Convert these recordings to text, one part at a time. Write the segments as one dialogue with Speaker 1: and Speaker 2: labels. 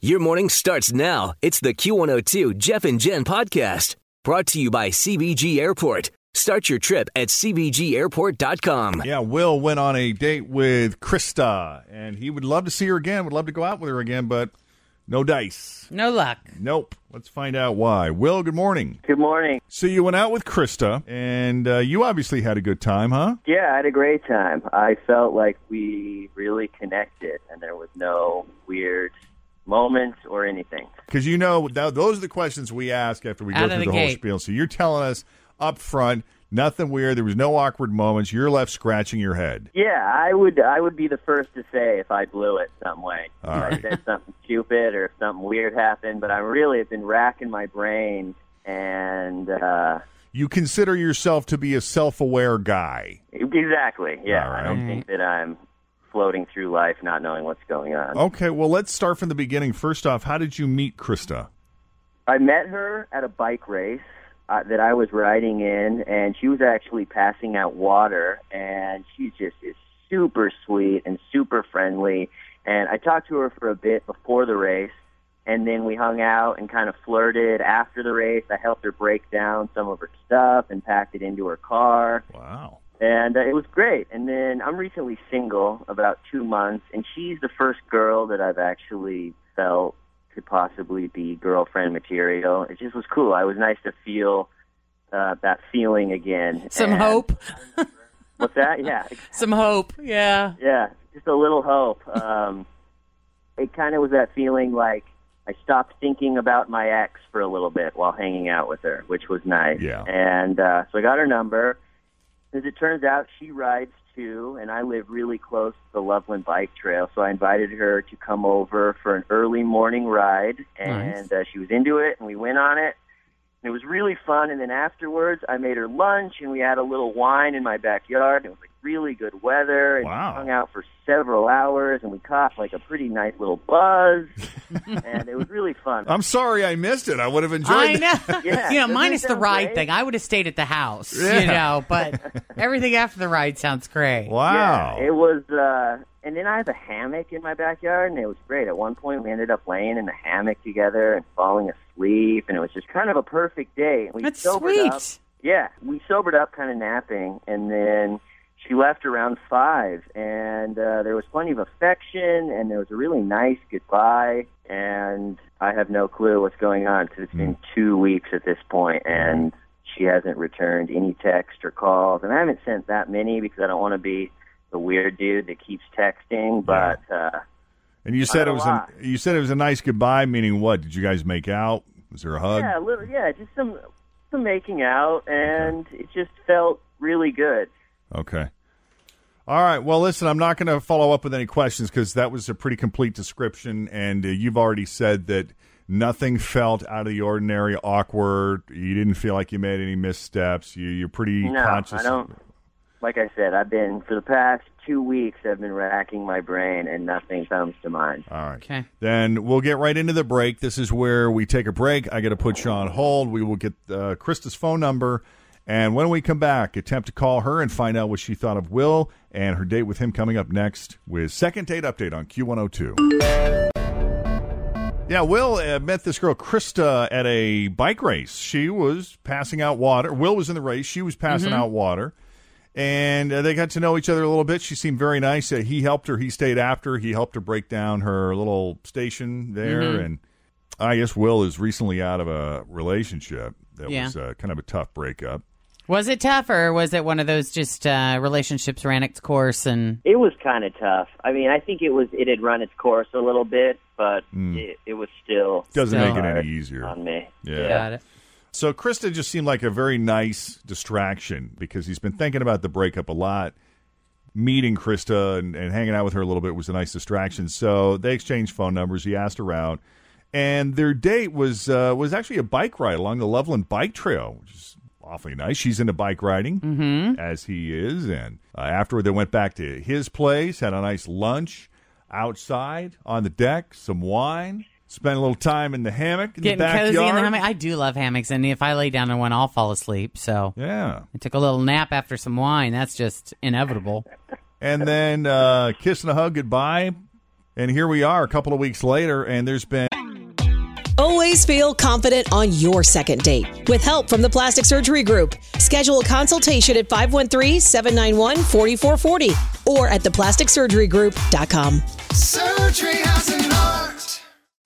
Speaker 1: Your morning starts now. It's the Q102 Jeff and Jen podcast brought to you by CBG Airport. Start your trip at CBGAirport.com.
Speaker 2: Yeah, Will went on a date with Krista, and he would love to see her again, would love to go out with her again, but no dice.
Speaker 3: No luck.
Speaker 2: Nope. Let's find out why. Will, good morning.
Speaker 4: Good morning.
Speaker 2: So you went out with Krista, and uh, you obviously had a good time, huh?
Speaker 4: Yeah, I had a great time. I felt like we really connected, and there was no weird moments or anything.
Speaker 2: Because you know, th- those are the questions we ask after we
Speaker 3: Out
Speaker 2: go
Speaker 3: of
Speaker 2: through
Speaker 3: the
Speaker 2: the, whole
Speaker 3: gate.
Speaker 2: spiel. So you're telling us up front, nothing weird. There was no awkward moments. You're left scratching your head.
Speaker 4: Yeah, I would I would be the first to say if I blew it some way.
Speaker 2: All
Speaker 4: if
Speaker 2: right.
Speaker 4: I said something stupid or if something weird happened, but I really have been racking my brain and uh
Speaker 2: You consider yourself to be a self aware guy.
Speaker 4: exactly. Yeah.
Speaker 2: All
Speaker 4: I don't think that I'm floating through life not knowing what's going on.
Speaker 2: Okay, well, let's start from the beginning. First off, how did you meet Krista?
Speaker 4: I met her at a bike race uh, that I was riding in, and she was actually passing out water, and she just is super sweet and super friendly. And I talked to her for a bit before the race, and then we hung out and kind of flirted after the race. I helped her break down some of her stuff and packed it into her car,
Speaker 2: Wow.
Speaker 4: and uh, it was great. And then I'm recently single, about two months, and she's the first girl that I've actually felt could possibly be girlfriend material. It just was cool. I was nice to feel uh, that feeling again.
Speaker 3: Some
Speaker 4: And-
Speaker 3: hope.
Speaker 4: What's that? Yeah,
Speaker 3: Some hope. Yeah.
Speaker 4: yeah, just a little hope. Um, it kind of was that feeling like I stopped thinking about my ex for a little bit while hanging out with her, which was nice.
Speaker 2: Yeah.
Speaker 4: And uh, so I got her number. As it turns out, she rides too, and I live really close to the Loveland Bike Trail, so I invited her to come over for an early morning ride, and uh, she was into it, and we went on it. And it was really fun. And then afterwards, I made her lunch, and we had a little wine in my backyard. It was like really good weather, and we
Speaker 2: Wow.
Speaker 4: hung out for several hours, and we caught like a pretty nice little buzz, and it was really fun.
Speaker 2: I'm sorry I missed it. I would have enjoyed
Speaker 3: I
Speaker 2: that.
Speaker 3: know.
Speaker 4: Yeah,
Speaker 3: you know,
Speaker 4: doesn't
Speaker 3: minus the
Speaker 4: sound
Speaker 3: ride
Speaker 4: great?
Speaker 3: thing. I would have stayed at the house,
Speaker 2: Yeah.
Speaker 3: you know, but everything after the ride sounds great.
Speaker 2: Wow.
Speaker 4: Yeah, it was. Uh, and then I have a hammock in my backyard, and it was great. At one point, we ended up laying in the hammock together and falling asleep, and it was just kind of a perfect day. We
Speaker 3: That's
Speaker 4: sobered
Speaker 3: sweet.
Speaker 4: Up. Yeah, we sobered up, kind of napping, and then she left around five, and uh, there was plenty of affection, and there was a really nice goodbye. And I have no clue what's going on because it's been two weeks at this point, and she hasn't returned any text or calls, and I haven't sent that many because I don't want to be the weird dude that keeps texting. But uh,
Speaker 2: and you said it
Speaker 4: don't
Speaker 2: was a,
Speaker 4: lie.
Speaker 2: you said it was a nice goodbye, meaning what? Did you guys make out? Was there a hug?
Speaker 4: yeah, a little, yeah, just some some making out, and it just felt really good.
Speaker 2: Okay. All right. Well, listen, I'm not going to follow up with any questions because that was a pretty complete description, and uh, you've already said that nothing felt out of the ordinary, awkward. You didn't feel like you made any missteps. You, you're pretty
Speaker 4: No,
Speaker 2: conscious.
Speaker 4: I don't. Like I said, I've been for the past two weeks. I've been racking my brain, and nothing comes to mind.
Speaker 2: All right.
Speaker 3: Okay.
Speaker 2: Then we'll get right into the break. This is where we take a break. I got to put you on hold. We will get uh, Krista's phone number. And when we come back, attempt to call her and find out what she thought of Will and her date with him coming up next with Second Date Update on Q102. Yeah, Will uh, met this girl, Krista, at
Speaker 3: Mm-hmm.
Speaker 2: a bike race. She was passing out water. Will was in the race. She was passing out water. and uh, they got to know each other a little bit. She seemed very nice. Uh, he helped her. He stayed after. He helped her break down her little station there.
Speaker 3: Mm-hmm.
Speaker 2: And I guess Will is recently out of a relationship that
Speaker 3: Yeah.
Speaker 2: was uh, kind of a tough breakup.
Speaker 3: Was it tough, or was it one of those just uh, relationships ran its course and
Speaker 4: It was kind of tough. I mean, I think it was it had run its course a little bit, but it, it was still
Speaker 2: Doesn't
Speaker 3: So-
Speaker 2: make it any easier.
Speaker 4: on me.
Speaker 2: Hmm. yeah. So Krista just seemed like a very nice distraction because he's been thinking about the breakup a lot. Meeting Krista and, and hanging out with her a little bit was a nice distraction. So they exchanged phone numbers. He asked her out, and their date was uh, was actually a bike ride along the Loveland Bike Trail, which is awfully nice. She's into bike riding
Speaker 3: Mm-hmm.
Speaker 2: as he is, and uh, afterward they went back to his place, had a nice lunch outside on the deck, some wine, spent a little time in the hammock in
Speaker 3: Getting
Speaker 2: the backyard.
Speaker 3: cozy in the hammock. I do love hammocks, and if I lay down in one, I'll fall asleep. So
Speaker 2: Yeah.
Speaker 3: I took a little nap after some wine. That's just inevitable.
Speaker 2: and then uh, kiss and a hug goodbye. And here we are a couple of weeks later, and there's been
Speaker 5: Always feel confident on your second date. With help from the Plastic Surgery Group, schedule a consultation at 513 791 4440 or at theplasticsurgerygroup.com.
Speaker 6: Surgery has an art.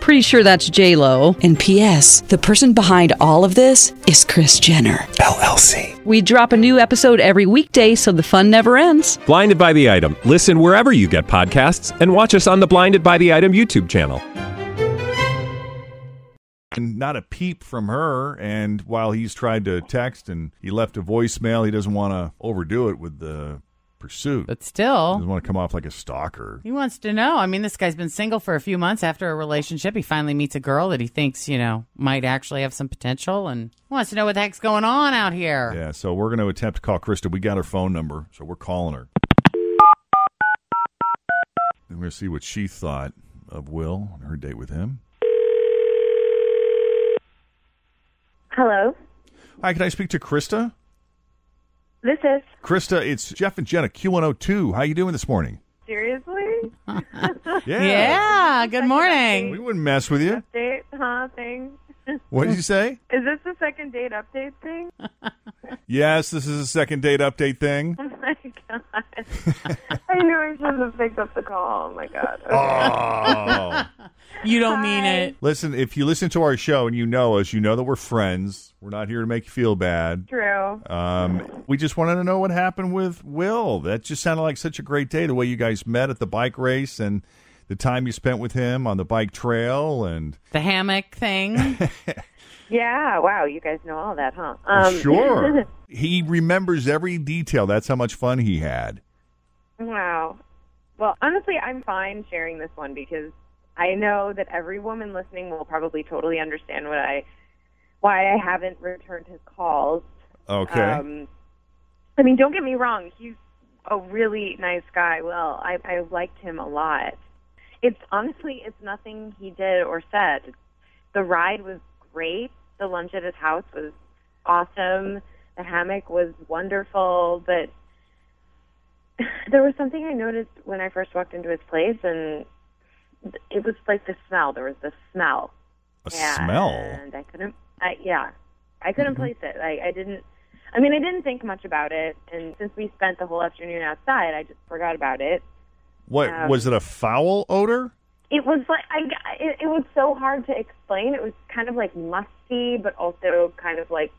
Speaker 7: Pretty sure that's J Lo.
Speaker 5: And P.S. The person behind all of this is Chris Jenner.
Speaker 8: LLC.
Speaker 7: We drop a new episode every weekday, so the fun never ends.
Speaker 8: Blinded by the item. Listen wherever you get podcasts, and watch us on the Blinded by the Item YouTube channel.
Speaker 2: not a peep from her. And while he's tried to text and he left a voicemail, he doesn't want to overdo it with the pursuit.
Speaker 3: But
Speaker 2: He
Speaker 3: still,
Speaker 2: doesn't want to come off like a stalker.
Speaker 3: he wants to know. I mean, this guy's been single for a few months after a relationship. He finally meets a girl that he thinks, you know, might actually have some potential and wants to know what the heck's going on out here.
Speaker 2: Yeah, so we're going to attempt to call Krista. We got her phone number, so we're calling her. And we're going to see what she thought of Will on her date with him.
Speaker 9: Hello,
Speaker 2: Hi, can I speak to Krista?
Speaker 9: this is
Speaker 2: Krista, it's Jeff and Jenna, Q102. How you doing this morning?
Speaker 9: seriously
Speaker 2: Yeah.
Speaker 3: Yeah. good morning.
Speaker 2: We wouldn't mess with you.
Speaker 9: date, huh? Thing.
Speaker 2: What did you say?
Speaker 9: Is this the second date update thing?
Speaker 2: yes, this is a second date update thing.
Speaker 9: Oh my god! I knew I shouldn't have picked up the call. Oh my god. Okay.
Speaker 2: Oh.
Speaker 3: You don't mean it.
Speaker 2: listen, if you listen to our show and you know us, you know that we're friends. We're not here to make you feel bad.
Speaker 9: True.
Speaker 2: Um, we just wanted to know what happened with Will. That just sounded like such a great day, the way you guys met at the bike race and the time you spent with him on the bike trail and
Speaker 3: The hammock thing.
Speaker 9: Yeah. Wow. You guys know all that, huh? Um,
Speaker 2: Oh, sure. he remembers every detail. That's how much fun he had.
Speaker 9: wow. Well, honestly, I'm fine sharing this one because I know that every woman listening will probably totally understand what I why I haven't returned his calls.
Speaker 2: Okay.
Speaker 9: Um, I mean, don't get me wrong. He's a really nice guy. Well, I, I liked him a lot. It's honestly, it's nothing he did or said. The ride was great. The lunch at his house was awesome. The hammock was wonderful. But there was something I noticed when I first walked into his place, and it was like the smell. There was the smell
Speaker 2: a
Speaker 9: yeah,
Speaker 2: smell.
Speaker 9: And I couldn't. I, yeah, I couldn't place it. I, I didn't. I mean, I didn't think much about it, and since we spent the whole afternoon outside, I just forgot about it.
Speaker 2: What
Speaker 9: um,
Speaker 2: was it? A foul odor?
Speaker 9: It was like I. It, it was so hard to explain. It was kind of like musty, but also kind of like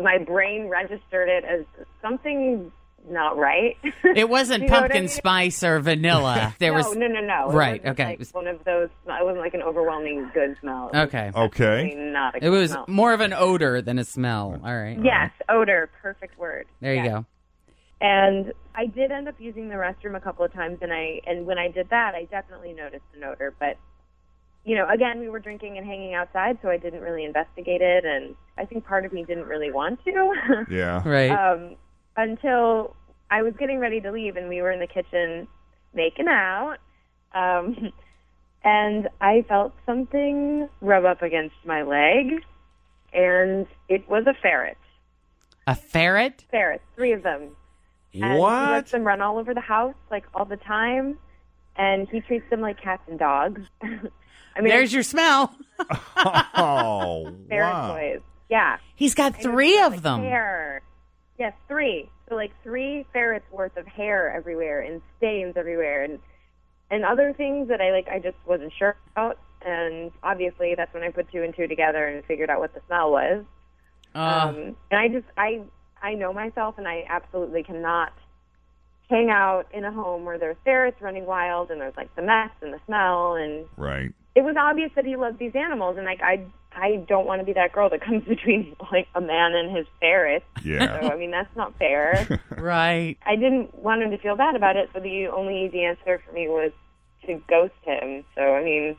Speaker 9: my brain registered it as something not right.
Speaker 3: It wasn't
Speaker 9: You know what I
Speaker 3: pumpkin
Speaker 9: mean?
Speaker 3: spice or vanilla. There
Speaker 9: no,
Speaker 3: was
Speaker 9: no, no, no. It
Speaker 3: Right,
Speaker 9: wasn't
Speaker 3: okay.
Speaker 9: like
Speaker 3: It was-
Speaker 9: one of those. It wasn't like an overwhelming good smell. It was
Speaker 3: Okay.
Speaker 2: Oh. Okay.
Speaker 9: definitely Not a
Speaker 3: It was
Speaker 9: Smell.
Speaker 3: more of an odor than a smell. All right.
Speaker 9: Yes, odor. Perfect word.
Speaker 3: There you
Speaker 9: Yes.
Speaker 3: go.
Speaker 9: And I did end up using the restroom a couple of times, and I and when I did that, I definitely noticed an odor. But you know, again, we were drinking and hanging outside, so I didn't really investigate it, and I think part of me didn't really want to
Speaker 2: Yeah.
Speaker 3: Right.
Speaker 9: um, until I was getting ready to leave, and we were in the kitchen making out, um, and I felt something rub up against my leg, and it was a ferret.
Speaker 3: A ferret?
Speaker 9: ferrets, three of them. And He
Speaker 3: What?
Speaker 9: lets them run all over the house like all the time, and he treats them like cats and dogs. I mean,
Speaker 3: There's your smell.
Speaker 2: Oh,
Speaker 9: ferret toys. Yeah,
Speaker 3: He's got three of them.
Speaker 9: hair. Yes, three. So like three ferrets worth of hair everywhere and stains everywhere and and other things that I like I just wasn't sure about. And obviously that's when I put two and two together and figured out what the smell was.
Speaker 3: Uh,
Speaker 9: Um, and I just I I know myself, and I absolutely cannot hang out in a home where there's ferrets running wild, and there's like the mess and the smell, and
Speaker 2: Right.
Speaker 9: it was obvious that he loved these animals, and like I I don't want to be that girl that comes between like a man and his ferret.
Speaker 2: Yeah.
Speaker 9: So I mean that's not fair.
Speaker 3: right.
Speaker 9: I didn't want him to feel bad about it, so the only easy answer for me was to ghost him. So I mean.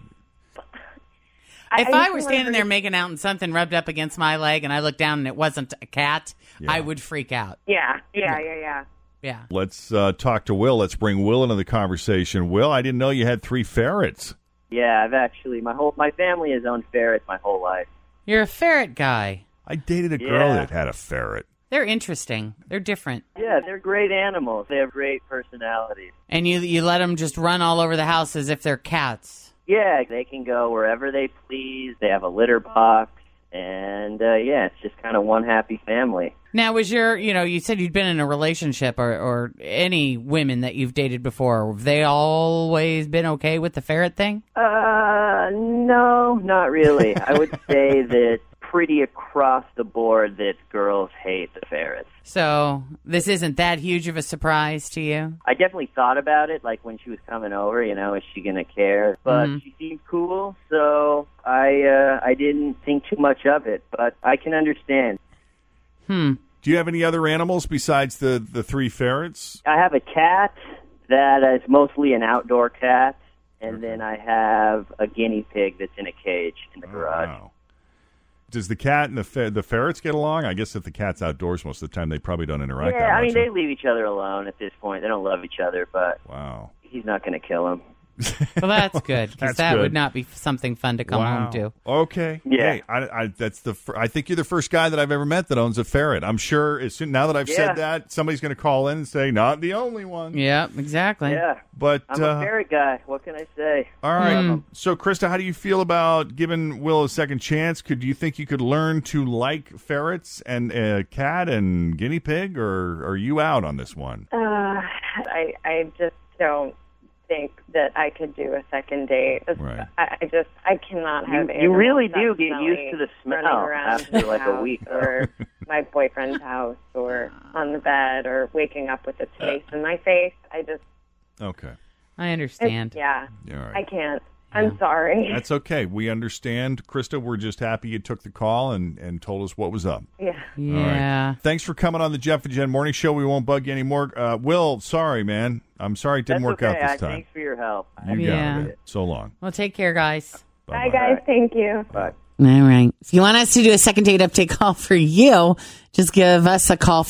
Speaker 3: If I, were
Speaker 9: just wanna
Speaker 3: standing
Speaker 9: forget-
Speaker 3: there making out and something rubbed up against my leg and I looked down and it wasn't a cat,
Speaker 2: Yeah.
Speaker 3: I would freak out.
Speaker 9: yeah, yeah, yeah, yeah.
Speaker 3: Yeah.
Speaker 2: Let's uh, talk to Will. Let's bring Will into the conversation. Will, I didn't know you had three ferrets.
Speaker 4: Yeah, I've actually my whole my family has owned ferrets my whole life.
Speaker 3: You're a ferret guy.
Speaker 2: I dated a girl
Speaker 4: Yeah.
Speaker 2: that had a ferret.
Speaker 3: They're interesting. They're different.
Speaker 4: Yeah, they're great animals. They have great personalities.
Speaker 3: And you you let them just run all over the house as if they're cats.
Speaker 4: Yeah, they can go wherever they please. They have a litter box, and uh, yeah, it's just kind of one happy family.
Speaker 3: Now, was your, you know, you said you'd been in a relationship or, or any women that you've dated before. Have they always been okay with the ferret thing?
Speaker 4: Uh, no, not really. I would say that pretty across the board that girls hate the ferrets.
Speaker 3: So this isn't that huge of a surprise to you?
Speaker 4: I definitely thought about it, like when she was coming over, you know, is she gonna care? But
Speaker 3: Mhm.
Speaker 4: she seemed cool, so I uh, I didn't think too much of it. But I can understand.
Speaker 3: Hmm.
Speaker 2: Do you have any other animals besides the, the three ferrets?
Speaker 4: I have a cat that is mostly an outdoor cat, and then I have a guinea pig that's in a cage in the
Speaker 2: Oh,
Speaker 4: garage.
Speaker 2: Wow. Does the cat and the fer- the ferrets get along? I guess if the cat's outdoors most of the time, they probably don't interact.
Speaker 4: yeah,
Speaker 2: that
Speaker 4: I mean
Speaker 2: much,
Speaker 4: they
Speaker 2: huh?
Speaker 4: leave each other alone at this point. They don't love each other, but
Speaker 2: Wow.
Speaker 4: he's not gonna kill him.
Speaker 3: Well, that's good because
Speaker 2: That's
Speaker 3: that
Speaker 2: good.
Speaker 3: would not be something fun to come
Speaker 2: wow.
Speaker 3: home to.
Speaker 2: Okay.
Speaker 4: Yeah.
Speaker 2: Hey, I, I, that's the. Fir- I think you're the first guy that I've ever met that owns a ferret. I'm sure as soon now that I've
Speaker 4: Yeah.
Speaker 2: said that, somebody's going to call in and say, "Not the only one."
Speaker 3: Yeah, exactly.
Speaker 4: Yeah,
Speaker 2: But
Speaker 4: I'm
Speaker 2: uh,
Speaker 4: a ferret guy. What can I say?
Speaker 2: all right.
Speaker 3: Mm-hmm.
Speaker 2: So, Krista, how do you feel about giving Will a second chance? Could do you think you could learn to like ferrets and uh, cat and guinea pig, or are you out on this one?
Speaker 9: Uh, I I just don't think that I could do a second date. It's-
Speaker 2: Right.
Speaker 9: I, I just I cannot
Speaker 4: You-
Speaker 9: have.
Speaker 4: you
Speaker 9: animals
Speaker 4: really
Speaker 9: that
Speaker 4: do get
Speaker 9: smelly
Speaker 4: used to the smell
Speaker 9: running around
Speaker 4: after,
Speaker 9: the
Speaker 4: like, a
Speaker 9: house
Speaker 4: week, though.
Speaker 9: or my boyfriend's house, or on the bed, or waking up
Speaker 2: Uh.
Speaker 9: with its face in my face. I just
Speaker 2: Okay.
Speaker 3: I
Speaker 9: it's-
Speaker 3: understand.
Speaker 9: yeah,
Speaker 2: All right.
Speaker 9: I can't. I'm sorry.
Speaker 2: That's okay. We understand, Krista. We're just happy you took the call and, and told us what was up.
Speaker 9: yeah.
Speaker 3: Yeah.
Speaker 2: Thanks for coming on the Jeff and Jen Morning Show. We won't bug you anymore. Uh, Will, sorry, man. I'm sorry it didn't
Speaker 4: That's
Speaker 2: work
Speaker 4: okay.
Speaker 2: out
Speaker 4: I-
Speaker 2: this time.
Speaker 4: Thanks for your help.
Speaker 2: You got
Speaker 3: Yeah.
Speaker 2: it. So long.
Speaker 3: Well, take care, guys.
Speaker 9: Bye
Speaker 2: Bye-bye.
Speaker 9: guys. Thank you.
Speaker 3: All right. If you want us to do a second date update call for you, just give us a call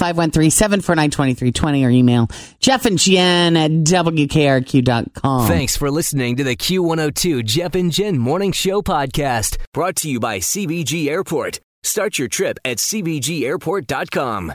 Speaker 3: 513-749-2320 or email Jeff and Jen at WKRQ.com.
Speaker 1: Thanks for listening to the Q102 Jeff and Jen Morning Show podcast, brought to you by CBG Airport. Start your trip at CBGAirport.com.